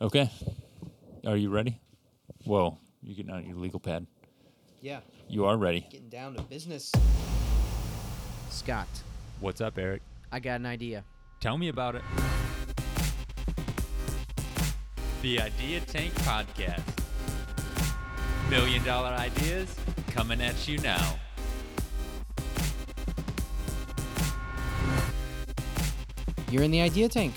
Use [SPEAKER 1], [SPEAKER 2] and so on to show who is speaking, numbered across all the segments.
[SPEAKER 1] Okay. Are you ready? Whoa, you're getting out your legal pad.
[SPEAKER 2] Yeah,
[SPEAKER 1] You are ready.
[SPEAKER 2] getting down to business. Scott,
[SPEAKER 3] What's up, Eric?
[SPEAKER 2] I got an idea.
[SPEAKER 3] Tell me about it. The Idea Tank Podcast. Million dollar ideas coming at you now.
[SPEAKER 2] You're in the idea tank.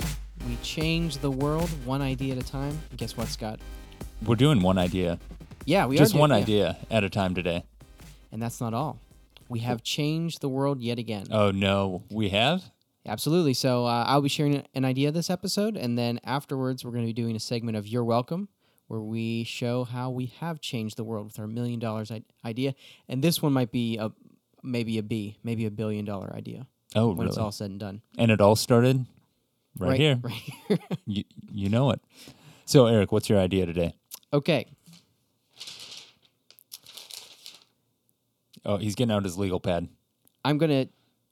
[SPEAKER 2] We change the world one idea at a time. And guess what, Scott?
[SPEAKER 1] We're doing one idea,
[SPEAKER 2] Yeah, we are
[SPEAKER 1] just
[SPEAKER 2] doing-
[SPEAKER 1] one
[SPEAKER 2] yeah.
[SPEAKER 1] idea at a time today.
[SPEAKER 2] and that's not all. We have changed the world yet again.
[SPEAKER 1] Oh no, we have.
[SPEAKER 2] Absolutely. So uh, I'll be sharing an idea this episode, and then afterwards, we're going to be doing a segment of You're Welcome, where we show how we have changed the world with our million dollars i- idea. And this one might be a maybe a B, maybe a billion dollar idea
[SPEAKER 1] Oh
[SPEAKER 2] when it's
[SPEAKER 1] really?
[SPEAKER 2] all said and done.
[SPEAKER 1] and it all started right, here.
[SPEAKER 2] Right here.
[SPEAKER 1] You, you know it. So Eric, what's your idea today?
[SPEAKER 2] okay.
[SPEAKER 1] Oh, he's getting out his legal pad.
[SPEAKER 2] I'm gonna.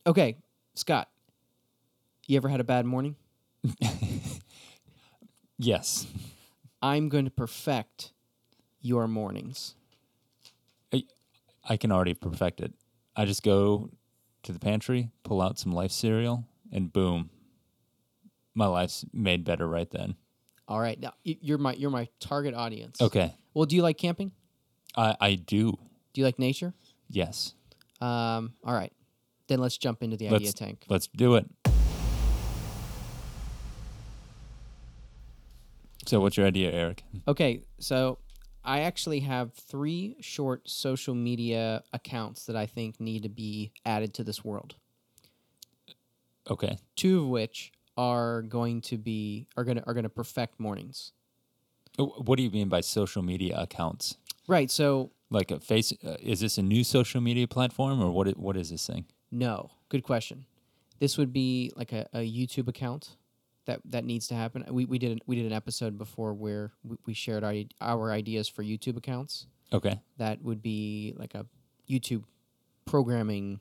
[SPEAKER 2] Okay, Scott. You ever had a bad morning?
[SPEAKER 1] Yes.
[SPEAKER 2] I'm going to perfect your mornings.
[SPEAKER 1] I can already perfect it. I just go to the pantry, pull out some life cereal, and boom, my life's made better right then.
[SPEAKER 2] All right. Now y- you're my you're my target audience.
[SPEAKER 1] Okay,
[SPEAKER 2] Well, do you like camping?
[SPEAKER 1] I I do.
[SPEAKER 2] Do you like nature?
[SPEAKER 1] Yes,
[SPEAKER 2] Um. All right. Then let's jump into the idea
[SPEAKER 1] Let's-
[SPEAKER 2] tank.
[SPEAKER 1] let's do it. So, what's your idea, Eric?
[SPEAKER 2] Okay. So I actually have three short social media accounts that I think need to be added to this world.
[SPEAKER 1] Okay,
[SPEAKER 2] Two of which are going to be are gonna are gonna perfect mornings.
[SPEAKER 1] Uh, Wh- what do you mean by social media accounts?
[SPEAKER 2] Right. So
[SPEAKER 1] Like a face? Uh, is this a new social media platform, or what? i- What is this thing?
[SPEAKER 2] No. Good question. This would be like a, a YouTube account that that needs to happen. We, we did an, we did an episode before where we, we shared our our ideas for YouTube accounts.
[SPEAKER 1] Okay,
[SPEAKER 2] That would be like a YouTube programming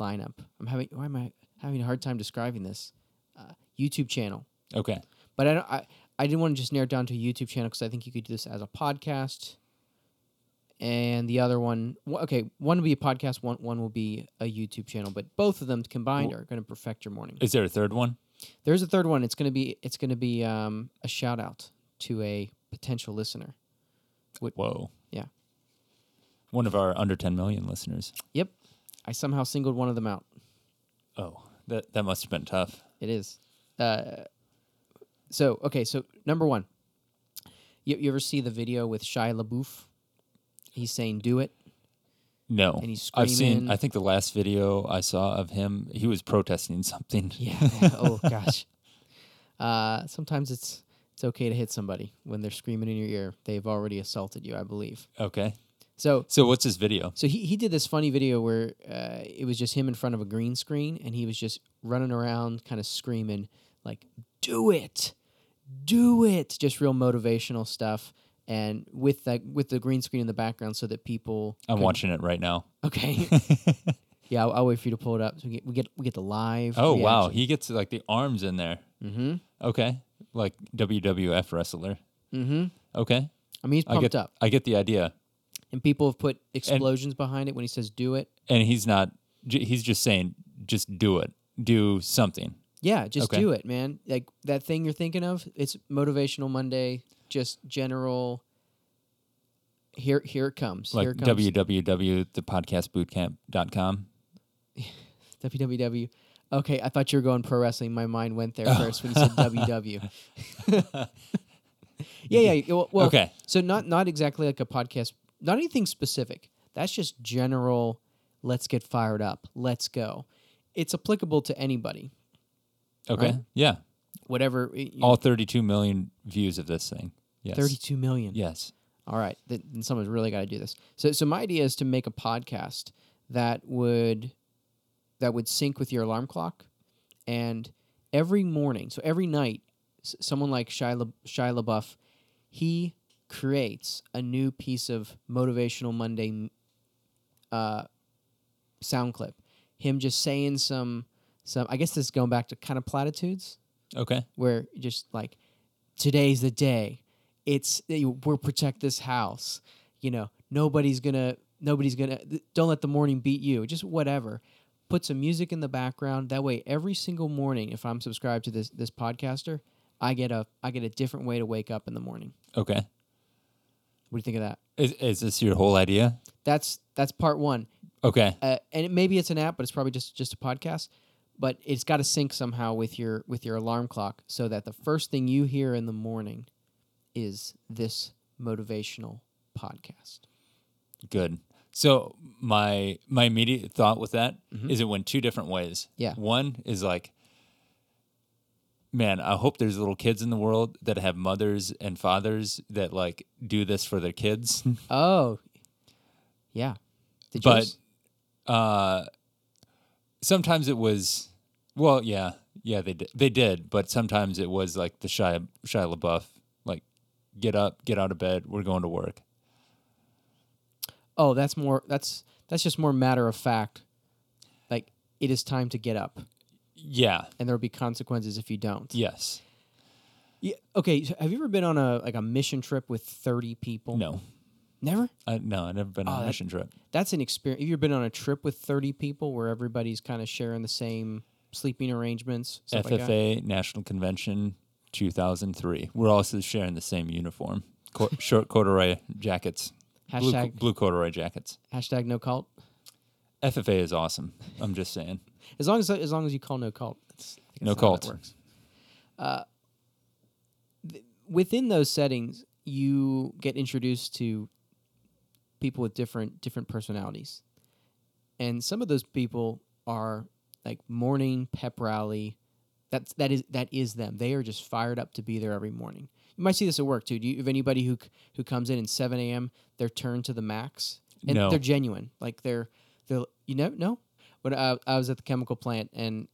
[SPEAKER 2] lineup. I'm having why am I having a hard time describing this? Uh, YouTube channel,
[SPEAKER 1] okay,
[SPEAKER 2] but I don't I. I didn't want to just narrow it down to a YouTube channel because I think you could do this as a podcast. And the other one, wh- okay, one will be a podcast, one one will be a YouTube channel, but both of them combined are going to perfect your morning.
[SPEAKER 1] is there a third one?
[SPEAKER 2] There's a third one. It's going to be it's going to be um, a shout out to a potential listener.
[SPEAKER 1] Whoa.
[SPEAKER 2] Yeah.
[SPEAKER 1] One of our under 10 million listeners.
[SPEAKER 2] Yep, I somehow singled one of them out.
[SPEAKER 1] Oh, that that must have been tough.
[SPEAKER 2] It is. Uh, so okay, so number one, you, you ever see the video with Shia LaBeouf? He's saying, "Do it."
[SPEAKER 1] No.
[SPEAKER 2] And he's
[SPEAKER 1] I've seen
[SPEAKER 2] screaming.
[SPEAKER 1] I think the last video I saw of him, he was protesting something.
[SPEAKER 2] Yeah. oh gosh. Uh, sometimes it's it's okay to hit somebody when they're screaming in your ear. They've already assaulted you, I believe.
[SPEAKER 1] Okay.
[SPEAKER 2] So
[SPEAKER 1] So what's his video?
[SPEAKER 2] so he, he did this funny video where uh, it was just him in front of a green screen and he was just running around kind of screaming like do it do it just real motivational stuff and with that with the green screen in the background so that people
[SPEAKER 1] I'm
[SPEAKER 2] could-
[SPEAKER 1] watching it right now.
[SPEAKER 2] okay yeah I'll, I'll wait for you to pull it up so we get we get, we get the live
[SPEAKER 1] Oh wow, he gets like the arms in there.
[SPEAKER 2] mm-hmm
[SPEAKER 1] Okay. Like WWF wrestler.
[SPEAKER 2] mm-hmm
[SPEAKER 1] Okay.
[SPEAKER 2] I mean he's
[SPEAKER 1] I
[SPEAKER 2] pumped
[SPEAKER 1] get
[SPEAKER 2] up
[SPEAKER 1] I get the idea.
[SPEAKER 2] And people have put explosions behind it when he says do it.
[SPEAKER 1] And he's not j- he's just saying just do it. Do something.
[SPEAKER 2] Yeah, just
[SPEAKER 1] Okay.
[SPEAKER 2] do it, man. Like that thing you're thinking of, it's motivational Monday, just general here here it comes.
[SPEAKER 1] Like
[SPEAKER 2] here it comes.
[SPEAKER 1] www.thepodcastbootcamp.com.
[SPEAKER 2] www. Okay, I thought you were going pro wrestling. My mind went
[SPEAKER 1] Oh.
[SPEAKER 2] there first when you said ww. yeah, yeah. yeah, Well, well,
[SPEAKER 1] Okay.
[SPEAKER 2] So not not exactly like a podcast, not anything specific. That's just general. Let's get fired up. Let's go. It's applicable to anybody.
[SPEAKER 1] Okay.
[SPEAKER 2] Right?
[SPEAKER 1] Yeah.
[SPEAKER 2] Whatever. y- you know,
[SPEAKER 1] all 32 million views of this thing. Yes.
[SPEAKER 2] 32 million.
[SPEAKER 1] Yes.
[SPEAKER 2] All right. Then then someone's really got to do this. So, so my idea is to make a podcast that would that would sync with your alarm clock, and every morning, so every night, s- someone like Shia, La- Shia LaBeouf, he creates a new piece of motivational Monday m- uh, sound clip. Him just saying some some. I guess this is going back to kind of platitudes
[SPEAKER 1] Okay.
[SPEAKER 2] where you just like today's the day. It's we'll protect this house. You know, nobody's gonna nobody's gonna don't let the morning beat you. Just whatever. Put some music in the background. That way, every single morning, if I'm subscribed to this this podcaster, I get a I get a different way to wake up in the morning.
[SPEAKER 1] Okay.
[SPEAKER 2] What do you think of that?
[SPEAKER 1] Is, is this your whole idea?
[SPEAKER 2] That's that's part one.
[SPEAKER 1] Okay.
[SPEAKER 2] uh, and it, maybe it's an app, but it's probably just just a podcast. But it's got to sync somehow with your with your alarm clock, so that the first thing you hear in the morning is this motivational podcast.
[SPEAKER 1] Good. So my my immediate thought with that is it went two different ways.
[SPEAKER 2] Mm-hmm. Yeah.
[SPEAKER 1] One is like, man, I hope there's little kids in the world that have mothers and fathers that like do this for their kids.
[SPEAKER 2] Oh, yeah. Did
[SPEAKER 1] But-
[SPEAKER 2] yours-
[SPEAKER 1] uh, sometimes it was, well, yeah, yeah, they did, they did, but sometimes it was like the Shia Shia LaBeouf, like, get up, get out of bed, we're going to work.
[SPEAKER 2] oh, that's more. That's that's just more matter of fact. Like it is time to get up,
[SPEAKER 1] Yeah.
[SPEAKER 2] and there will be consequences if you don't.
[SPEAKER 1] Yes.
[SPEAKER 2] Yeah. Okay. So have you ever been on a like a mission trip with thirty people?
[SPEAKER 1] No.
[SPEAKER 2] Never.
[SPEAKER 1] I, no, I've never been on
[SPEAKER 2] Oh,
[SPEAKER 1] a
[SPEAKER 2] that-
[SPEAKER 1] mission trip.
[SPEAKER 2] that's an experience. Have you ever been on a trip with 30 people where everybody's kind of sharing the same sleeping arrangements? stuff like that?
[SPEAKER 1] FFA National Convention 2003. We're also sharing the same uniform, Co- short corduroy jackets, blue, co-
[SPEAKER 2] Hashtag-
[SPEAKER 1] blue corduroy jackets.
[SPEAKER 2] Hashtag no cult.
[SPEAKER 1] FFA is awesome. I'm just saying.
[SPEAKER 2] As long as as long as you call no cult. That's, I think
[SPEAKER 1] No
[SPEAKER 2] that's how that
[SPEAKER 1] cult.
[SPEAKER 2] works. Uh, th- within those settings, you get introduced to people with different different personalities, and some of those people are like morning pep rally. That's that is that is them. They are just fired up to be there every morning. You might see this at work too. Do you have anybody who c- who comes in at seven a.m. They're turned to the max, and
[SPEAKER 1] No.
[SPEAKER 2] they're genuine. Like they're they're you know no. When I, I was at the chemical plant and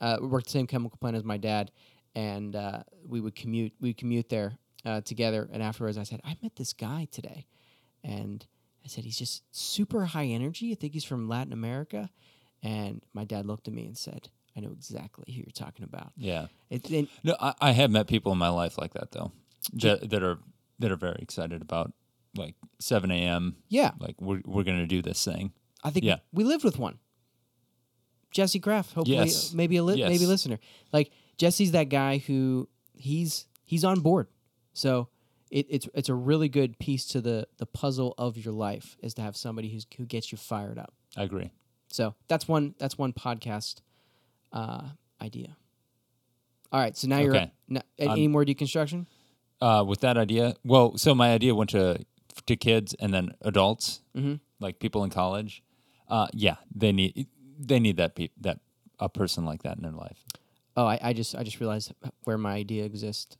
[SPEAKER 2] uh, we worked the same chemical plant as my dad, and uh, we would commute. We would commute there uh, together. And afterwards, I said, "I met this guy today," and I said, "He's just super high energy. I think he's from Latin America." And my dad looked at me and said, "I know exactly who you're talking about."
[SPEAKER 1] Yeah.
[SPEAKER 2] It, and
[SPEAKER 1] No, I, I have met people in my life like that though, that, that are that are very excited about like 7 a.m.
[SPEAKER 2] yeah,
[SPEAKER 1] Like we're we're gonna do this thing.
[SPEAKER 2] I think
[SPEAKER 1] Yeah.
[SPEAKER 2] we lived with one. Jesse Graff, hopefully, uh,
[SPEAKER 1] Yes.
[SPEAKER 2] maybe a li-
[SPEAKER 1] Yes.
[SPEAKER 2] maybe a listener. Like Jesse's that guy who he's he's on board. So it, it's it's a really good piece to the the puzzle of your life is to have somebody who's, who gets you fired up.
[SPEAKER 1] I agree.
[SPEAKER 2] So that's one that's one podcast uh, idea. All right, so now you're
[SPEAKER 1] Okay.
[SPEAKER 2] no- a- any more deconstruction?
[SPEAKER 1] Uh, with that idea, well, so my idea went to to kids and then adults, like people in college. Uh, yeah, they need they need that pe- that a person like that in their life.
[SPEAKER 2] Oh, I, I just I just realized where my idea exists.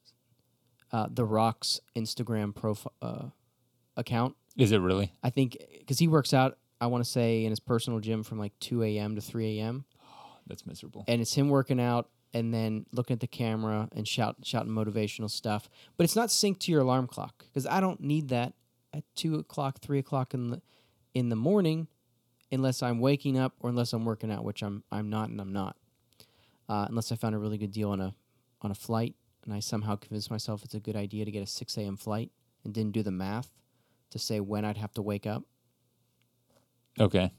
[SPEAKER 2] Uh, the Rock's Instagram profile uh, account.
[SPEAKER 1] Is it really?
[SPEAKER 2] I think because he works out, I want to say in his personal gym from like 2 a.m. to 3 a.m.
[SPEAKER 1] That's miserable.
[SPEAKER 2] and it's him working out and then looking at the camera and shout shouting motivational stuff. But it's not synced to your alarm clock because I don't need that at two o'clock, three o'clock in the in the morning, unless I'm waking up or unless I'm working out, which I'm I'm not and I'm not. Uh, unless I found a really good deal on a on a flight and I somehow convinced myself it's a good idea to get a six a.m. flight and didn't do the math to say when I'd have to wake up
[SPEAKER 1] Okay.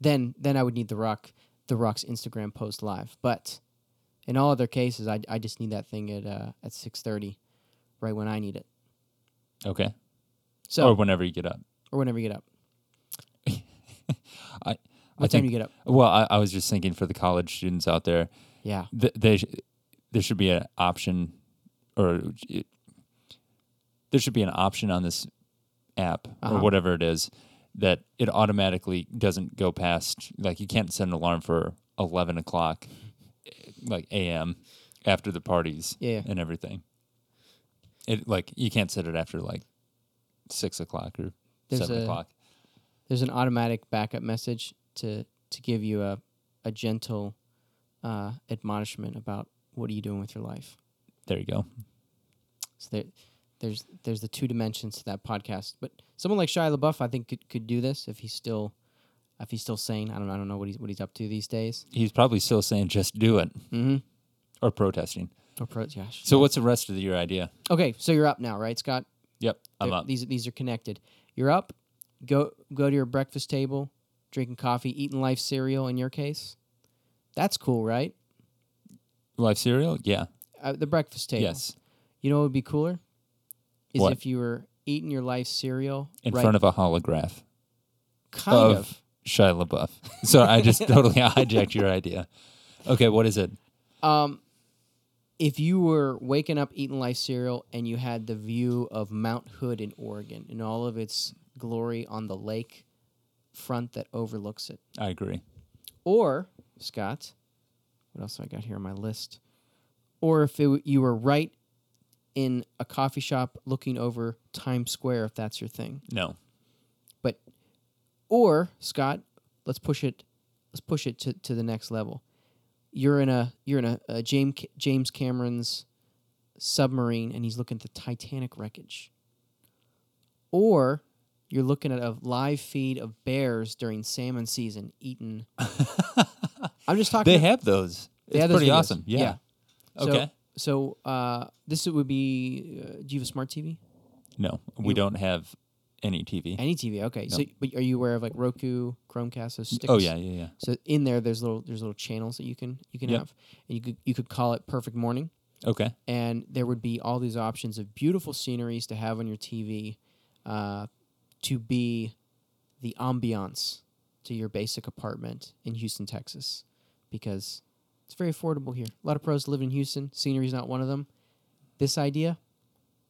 [SPEAKER 2] then then I would need the rock the rock's Instagram post live. But in all other cases, I, I just need that thing at uh, at six thirty, right when I need it.
[SPEAKER 1] Okay.
[SPEAKER 2] So
[SPEAKER 1] or
[SPEAKER 2] or,
[SPEAKER 1] whenever you get up.
[SPEAKER 2] whenever you get up.
[SPEAKER 1] I,
[SPEAKER 2] What time
[SPEAKER 1] think-
[SPEAKER 2] you get up?
[SPEAKER 1] Well, I, I was just thinking for the college students out there,
[SPEAKER 2] Yeah.
[SPEAKER 1] th- they sh- there should be an option, or it, there should be an option on this app
[SPEAKER 2] Uh-huh.
[SPEAKER 1] or whatever it is that it automatically doesn't go past. Like you can't set an alarm for eleven o'clock, eh, like a.m. after the parties
[SPEAKER 2] Yeah, yeah.
[SPEAKER 1] and everything. It like you can't set it after like six o'clock or
[SPEAKER 2] There's
[SPEAKER 1] seven
[SPEAKER 2] a-
[SPEAKER 1] o'clock.
[SPEAKER 2] There's an automatic backup message to to give you a a gentle uh, admonishment about what are you doing with your life.
[SPEAKER 1] There you go.
[SPEAKER 2] So there, there's there's the two dimensions to that podcast. But someone like Shia LaBeouf, I think could, could do this if he's still if he's still sane. I don't know, I don't know what he's what he's up to these days.
[SPEAKER 1] He's probably still saying just do it
[SPEAKER 2] Mm-hmm.
[SPEAKER 1] or protesting.
[SPEAKER 2] Oh, pro- gosh.
[SPEAKER 1] So what's the rest of your idea?
[SPEAKER 2] Okay, so you're up now, right, Scott?
[SPEAKER 1] Yep, I'm
[SPEAKER 2] They're-
[SPEAKER 1] up.
[SPEAKER 2] These these are connected. You're up. Go go to your breakfast table, drinking coffee, eating life cereal. In your case, that's cool, right?
[SPEAKER 1] Life cereal? Yeah.
[SPEAKER 2] Uh, the breakfast table.
[SPEAKER 1] Yes.
[SPEAKER 2] You know what would be cooler is
[SPEAKER 1] What?
[SPEAKER 2] if you were eating your life cereal
[SPEAKER 1] In
[SPEAKER 2] right,
[SPEAKER 1] front of a holograph
[SPEAKER 2] kind
[SPEAKER 1] of,
[SPEAKER 2] of.
[SPEAKER 1] Shia LaBeouf. So I just totally hijacked your idea. Okay, what is it?
[SPEAKER 2] Um, if you were waking up eating life cereal and you had the view of Mount Hood in Oregon and all of its glory on the lake front that overlooks it.
[SPEAKER 1] I agree.
[SPEAKER 2] Or, Scott, what else do I got here on my list? Or if it, w- you were right in a coffee shop looking over Times Square, if that's your thing.
[SPEAKER 1] No.
[SPEAKER 2] But, or, Scott, let's push it. Let's push it to, to the next level. You're in a you're in a, a James Ca- James Cameron's submarine, and he's looking at the Titanic wreckage. Or you're looking at a live feed of bears during salmon season eating. I'm just talking.
[SPEAKER 1] They have those.
[SPEAKER 2] They
[SPEAKER 1] it's
[SPEAKER 2] have those
[SPEAKER 1] pretty
[SPEAKER 2] videos.
[SPEAKER 1] awesome. Yeah.
[SPEAKER 2] Yeah. So-
[SPEAKER 1] Okay.
[SPEAKER 2] So uh, this would be. Uh, do you have a smart TV?
[SPEAKER 1] no, we don't have any TV.
[SPEAKER 2] Any TV? Okay. So, but are you aware of like Roku, Chromecast, those sticks?
[SPEAKER 1] oh yeah, yeah, yeah.
[SPEAKER 2] So in there, there's little there's little channels that you can you can
[SPEAKER 1] Yep.
[SPEAKER 2] have, and you could you could call it Perfect Morning,
[SPEAKER 1] Okay.
[SPEAKER 2] and there would be all these options of beautiful sceneries to have on your TV, uh, to be the ambiance to your basic apartment in Houston, Texas, because it's very affordable here. A lot of pros live in Houston. Scenery's not one of them. This idea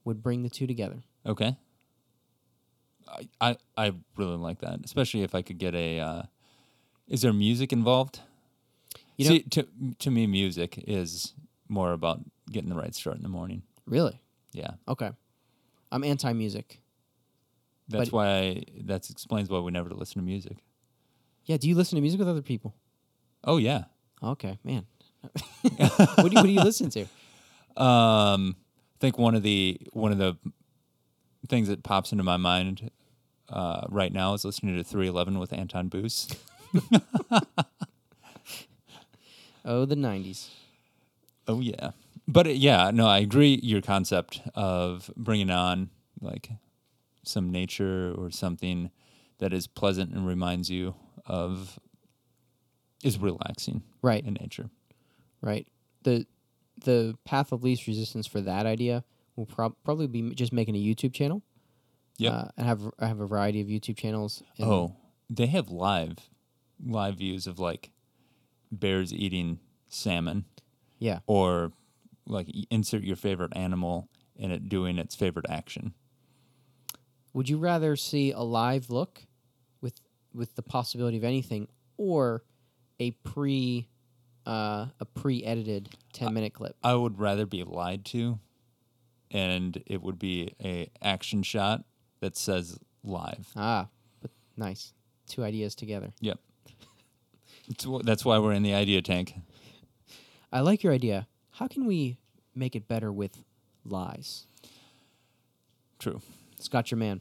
[SPEAKER 2] would bring the two together.
[SPEAKER 1] Okay. I, I I really like that, especially if I could get a. Uh, is there music involved?
[SPEAKER 2] You know-
[SPEAKER 1] See, to to me, music is more about getting the right start in the morning.
[SPEAKER 2] Really?
[SPEAKER 1] Yeah,
[SPEAKER 2] Okay. I'm anti music.
[SPEAKER 1] that's
[SPEAKER 2] But-
[SPEAKER 1] why I, that explains why we never listen to music.
[SPEAKER 2] Yeah. Do you listen to music with other people?
[SPEAKER 1] Oh yeah,
[SPEAKER 2] Okay, man. what, do you, what do you listen to?
[SPEAKER 1] um, I think one of the one of the things that pops into my mind uh, right now is listening to 311 with Anton Boos.
[SPEAKER 2] Oh, the '90s.
[SPEAKER 1] Oh yeah, but uh, yeah, no, I agree. Your concept of bringing on like some nature or something that is pleasant and reminds you of is relaxing
[SPEAKER 2] Right,
[SPEAKER 1] in nature.
[SPEAKER 2] right. The the path of least resistance for that idea will prob- probably be m- just making a YouTube channel.
[SPEAKER 1] Yep.
[SPEAKER 2] Uh, and have I have a variety of YouTube channels. and-
[SPEAKER 1] oh, they have live live views of like bears eating salmon
[SPEAKER 2] yeah.
[SPEAKER 1] or like y- insert your favorite animal and it doing its favorite action.
[SPEAKER 2] Would you rather see a live look with with the possibility of anything, or a pre uh, a pre edited ten minute clip?
[SPEAKER 1] I would rather be lied to, and it would be a action shot that says live.
[SPEAKER 2] Ah, but nice. Two ideas together.
[SPEAKER 1] Yep. It's wh- That's why we're in the idea tank.
[SPEAKER 2] I like your idea. How can we make it better with lies?
[SPEAKER 1] True.
[SPEAKER 2] Scott, your man.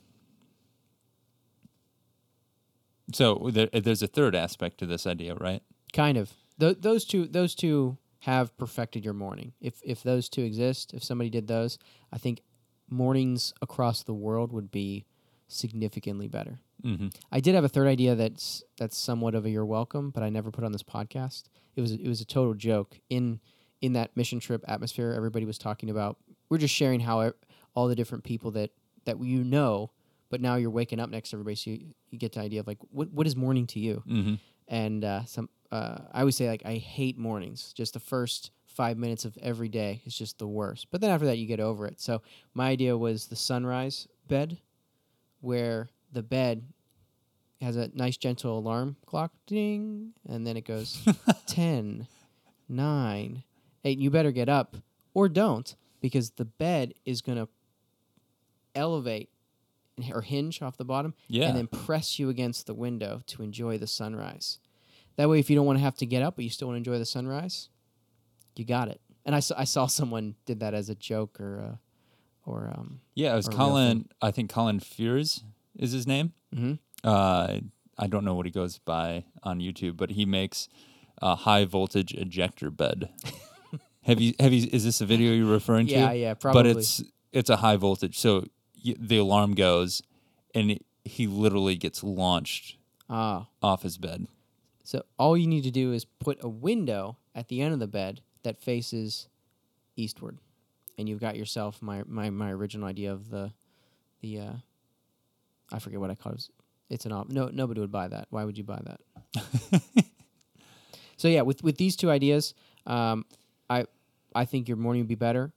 [SPEAKER 1] So there, there's a third aspect to this idea, right?
[SPEAKER 2] Kind of. Th- those two. Those two have perfected your morning. If if those two exist, if somebody did those, I think mornings across the world would be significantly better.
[SPEAKER 1] Mm-hmm.
[SPEAKER 2] I did have a third idea that's that's somewhat of a you're welcome, but I never put on this podcast. It was it was a total joke in in that mission trip atmosphere. Everybody was talking about we're just sharing how e- all the different people that that you know, but now you're waking up next to everybody, so you, you get the idea of like what what is morning to you?
[SPEAKER 1] Mm-hmm.
[SPEAKER 2] and uh, some uh, I always say like I hate mornings. Just the first five minutes of every day is just the worst. But then after that, you get over it. So my idea was the sunrise bed, where the bed has a nice gentle alarm clock ding, and then it goes ten, nine, eight. You better get up or don't because the bed is gonna elevate or hinge off the bottom
[SPEAKER 1] Yeah.
[SPEAKER 2] and then press you against the window to enjoy the sunrise. That way, if you don't want to have to get up, but you still want to enjoy the sunrise, you got it. And I saw, I saw someone did that as a joke or uh, or um,
[SPEAKER 1] yeah, it was
[SPEAKER 2] a real thing.
[SPEAKER 1] Colin. I think Colin Fears is his name.
[SPEAKER 2] Mhm.
[SPEAKER 1] Uh, I don't know what he goes by on YouTube, but he makes a high voltage ejector bed. Have you have you? Is this a video you're referring
[SPEAKER 2] Yeah,
[SPEAKER 1] to?
[SPEAKER 2] yeah,
[SPEAKER 1] But
[SPEAKER 2] probably.
[SPEAKER 1] it's it's a high voltage, so y- the alarm goes, and it, he literally gets launched
[SPEAKER 2] Ah,
[SPEAKER 1] off his bed.
[SPEAKER 2] so all you need to do is put a window at the end of the bed that faces eastward, and you've got yourself my my, my original idea of the the uh, I forget what I called it. It's an op. No, nobody would buy that. Why would you buy that? so yeah, with with these two ideas, um, I I think your morning would be better.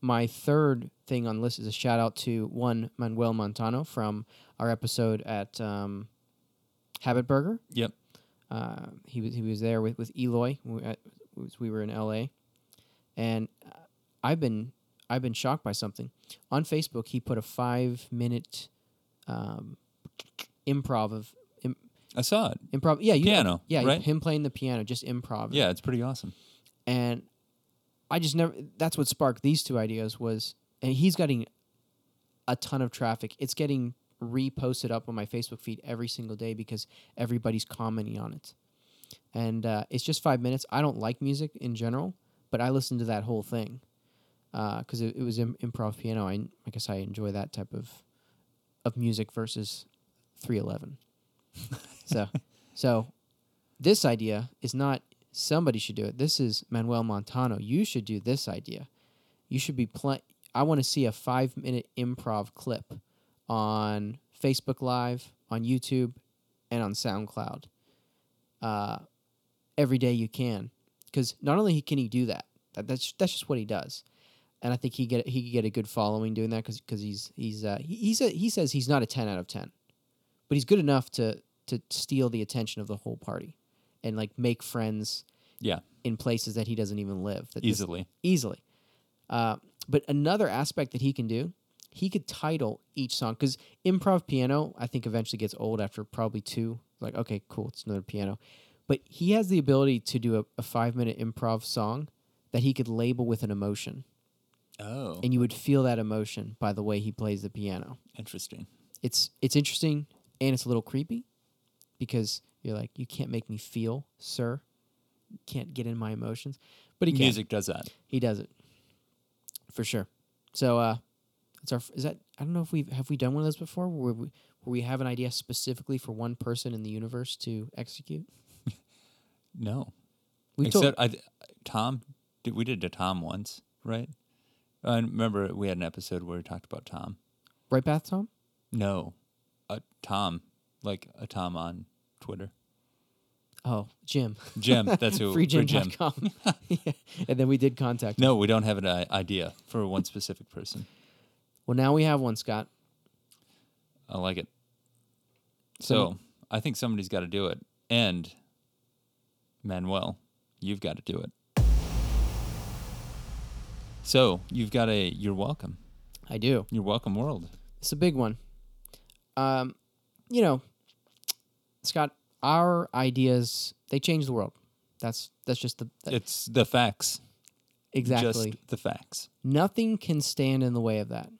[SPEAKER 2] My third thing on the list is a shout out to one Manuel Montano from our episode at um, Habit Burger.
[SPEAKER 1] Yep.
[SPEAKER 2] Uh, he was he was there with with Eloy. w- at- was- We were in L.A. and uh, I've been I've been shocked by something. On Facebook, he put a five minute um, improv of im-
[SPEAKER 1] I saw it.
[SPEAKER 2] improv. Yeah, you,
[SPEAKER 1] Piano,
[SPEAKER 2] Yeah,
[SPEAKER 1] right?
[SPEAKER 2] him playing the piano, just improv.
[SPEAKER 1] Yeah, it's pretty awesome.
[SPEAKER 2] and I just never. That's what sparked these two ideas was, and he's getting a ton of traffic. It's getting reposted up on my Facebook feed every single day because everybody's commenting on it. And uh, it's just five minutes. I don't like music in general, but I listened to that whole thing because it, it was Im- improv piano. I, I guess I enjoy that type of of music versus 311. so, so this idea is not somebody should do it. This is Manuel Montano. You should do this idea. You should be playing. I want to see a five minute improv clip on Facebook Live, on YouTube, and on SoundCloud. Uh, every day you can, because not only can he do that, that that's that's just what he does. And I think he get he could get a good following doing that because he's he's uh, he, he's a, he says he's not a ten out of ten, but he's good enough to to steal the attention of the whole party, and like make friends
[SPEAKER 1] Yeah,
[SPEAKER 2] in places that he doesn't even live. That this-
[SPEAKER 1] easily.
[SPEAKER 2] easily. Uh, but another aspect that he can do, he could title each song because improv piano, I think, eventually gets old after probably two. Like, okay, cool, it's another piano. But he has the ability to do a, a five minute improv song that he could label with an emotion.
[SPEAKER 1] Oh,
[SPEAKER 2] And you would feel that emotion by the way he plays the piano
[SPEAKER 1] interesting.
[SPEAKER 2] it's it's interesting and it's a little creepy because you're like you can't make me feel sir you can't get in my emotions but he can
[SPEAKER 1] Music does that.
[SPEAKER 2] he does it for sure so uh it's our is that i don't know if we've have we done one of those before where we where we have an idea specifically for one person in the universe to execute
[SPEAKER 1] No,
[SPEAKER 2] we
[SPEAKER 1] except I, Tom. Did, we did a Tom once, right? I remember we had an episode where we talked about Tom.
[SPEAKER 2] right path tom
[SPEAKER 1] No, a Tom, like a Tom on Twitter.
[SPEAKER 2] oh jim
[SPEAKER 1] Jim, that's who. for Jim.
[SPEAKER 2] freejim.com yeah. and then we did contact
[SPEAKER 1] No, we don't have an i- idea for one specific person.
[SPEAKER 2] well now we have one scott
[SPEAKER 1] I like it. So I think somebody's got to do it, and Manuel, you've got to do it. So you've got a you're welcome.
[SPEAKER 2] i do
[SPEAKER 1] You're welcome world.
[SPEAKER 2] It's a big one. Um, you know, Scott, our ideas they change the world. That's that's just the that-
[SPEAKER 1] It's the facts.
[SPEAKER 2] exactly.
[SPEAKER 1] Just the facts.
[SPEAKER 2] Nothing can stand in the way of that.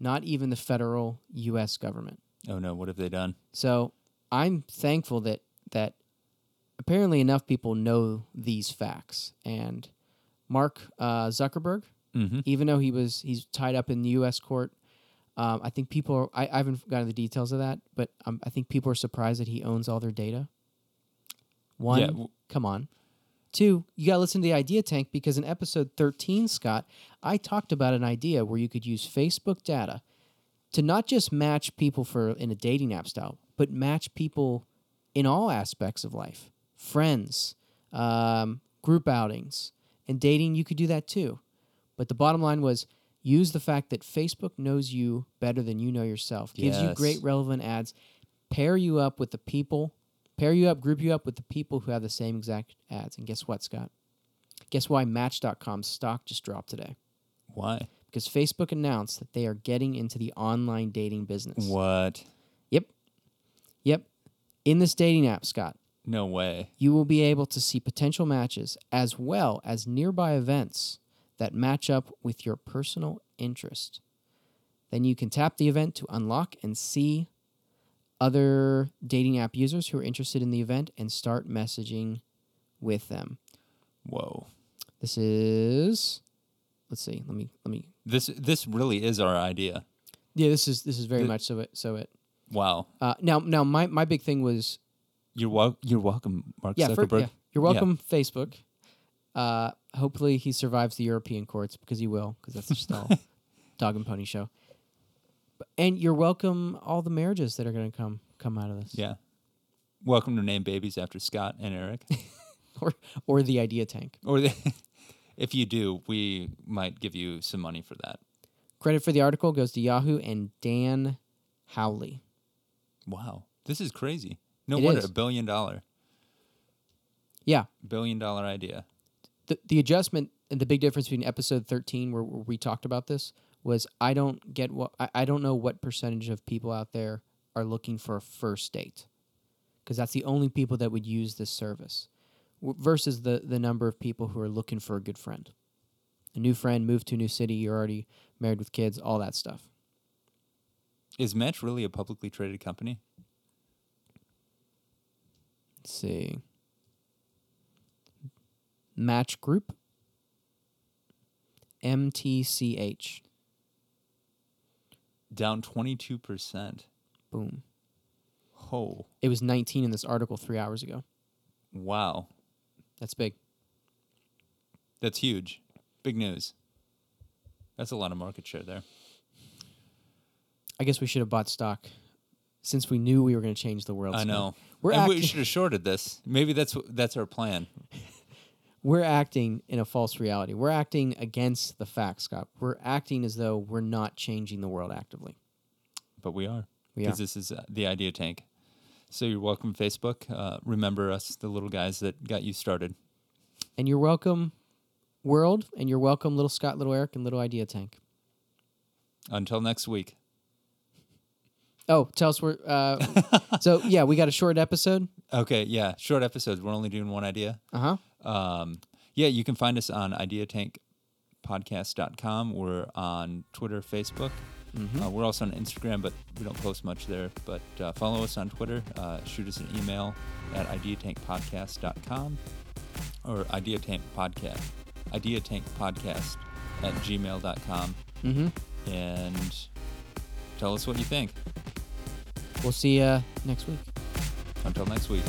[SPEAKER 2] Not even the federal U.S. government.
[SPEAKER 1] Oh no, what have they done?
[SPEAKER 2] So I'm thankful that that apparently enough people know these facts. And Mark uh, Zuckerberg,
[SPEAKER 1] Mm-hmm.
[SPEAKER 2] even though he was he's tied up in the U.S. court. Um, I think people are, I, I haven't gotten the details of that, but um, I think people are surprised that he owns all their data. One,
[SPEAKER 1] Yeah, w-
[SPEAKER 2] come on. Two, you gotta listen to the idea tank because in episode thirteen, Scott, I talked about an idea where you could use Facebook data to not just match people for in a dating app style, but match people in all aspects of life, friends, um, group outings, and dating. You could do that too, but the bottom line was use the fact that Facebook knows you better than you know yourself. Gives you
[SPEAKER 1] Yes.
[SPEAKER 2] great relevant ads. Pair you up with the people. Pair you up, group you up with the people who have the same exact ads. And guess what, Scott? Guess why Match.com's stock just dropped today?
[SPEAKER 1] Why?
[SPEAKER 2] Because Facebook announced that they are getting into the online dating business.
[SPEAKER 1] What?
[SPEAKER 2] Yep. Yep. In this dating app, Scott,
[SPEAKER 1] No way.
[SPEAKER 2] you will be able to see potential matches as well as nearby events that match up with your personal interest. Then you can tap the event to unlock and see other dating app users who are interested in the event and start messaging with them.
[SPEAKER 1] Whoa.
[SPEAKER 2] This is let's see. Let me let me.
[SPEAKER 1] This this really is our idea.
[SPEAKER 2] Yeah, this is this is very
[SPEAKER 1] The-
[SPEAKER 2] much so it so it.
[SPEAKER 1] Wow.
[SPEAKER 2] Uh, now now my my big thing was
[SPEAKER 1] You're wel- you're welcome, Mark
[SPEAKER 2] yeah, fir-
[SPEAKER 1] Zuckerberg.
[SPEAKER 2] yeah. you're welcome Facebook. Uh, hopefully he survives the European courts because he will because that's just all dog and pony show. But- And you're welcome all the marriages that are going to come come out of this.
[SPEAKER 1] Yeah. Welcome to name babies after Scott and Eric.
[SPEAKER 2] or or the idea tank.
[SPEAKER 1] or the, if you do, we might give you some money for that.
[SPEAKER 2] Credit for the article goes to Yahoo and Dan Howley.
[SPEAKER 1] Wow. This is crazy. No
[SPEAKER 2] It
[SPEAKER 1] wonder
[SPEAKER 2] is.
[SPEAKER 1] a billion dollar
[SPEAKER 2] Yeah,
[SPEAKER 1] billion dollar idea.
[SPEAKER 2] the the adjustment and the big difference between episode 13 where, where we talked about this was I don't get what I, I don't know what percentage of people out there are looking for a first date because that's the only people that would use this service w- versus the the number of people who are looking for a good friend a new friend moved to a new city you're already married with kids all that stuff
[SPEAKER 1] Is Match really a publicly traded company?
[SPEAKER 2] let's see match group mtch
[SPEAKER 1] Down twenty two percent.
[SPEAKER 2] boom
[SPEAKER 1] Oh
[SPEAKER 2] It was 19 in this article three hours ago.
[SPEAKER 1] wow.
[SPEAKER 2] That's big.
[SPEAKER 1] That's huge. Big news. That's a lot of market share there.
[SPEAKER 2] I guess we should have bought stock since we knew we were going to change the world.
[SPEAKER 1] I
[SPEAKER 2] so
[SPEAKER 1] know.
[SPEAKER 2] We're
[SPEAKER 1] and we
[SPEAKER 2] acting-
[SPEAKER 1] should have shorted this. Maybe that's wh- that's our plan.
[SPEAKER 2] We're acting in a false reality. We're acting against the facts, Scott. We're acting as though we're not changing the world actively.
[SPEAKER 1] But we are.
[SPEAKER 2] We
[SPEAKER 1] Because
[SPEAKER 2] are.
[SPEAKER 1] this is uh, the idea tank. So you're welcome, Facebook. Uh, remember us, the little guys that got you started.
[SPEAKER 2] And you're welcome, world, and you're welcome, little Scott, little Eric, and little Idea Tank.
[SPEAKER 1] Until next week.
[SPEAKER 2] Oh, tell us where. Uh, so, yeah, we got a short episode.
[SPEAKER 1] Okay, yeah, short episodes. We're only doing one idea.
[SPEAKER 2] Uh huh.
[SPEAKER 1] Um, yeah, you can find us on ideatankpodcast.com. We're on Twitter, Facebook. Uh, we're also on Instagram, but we don't post much there. But uh, follow us on Twitter. Uh, shoot us an email at ideatankpodcast.com or ideatankpodcast, ideatankpodcast at gmail.com.
[SPEAKER 2] Mm-hmm.
[SPEAKER 1] And tell us what you think.
[SPEAKER 2] We'll see you next week.
[SPEAKER 1] Until next week.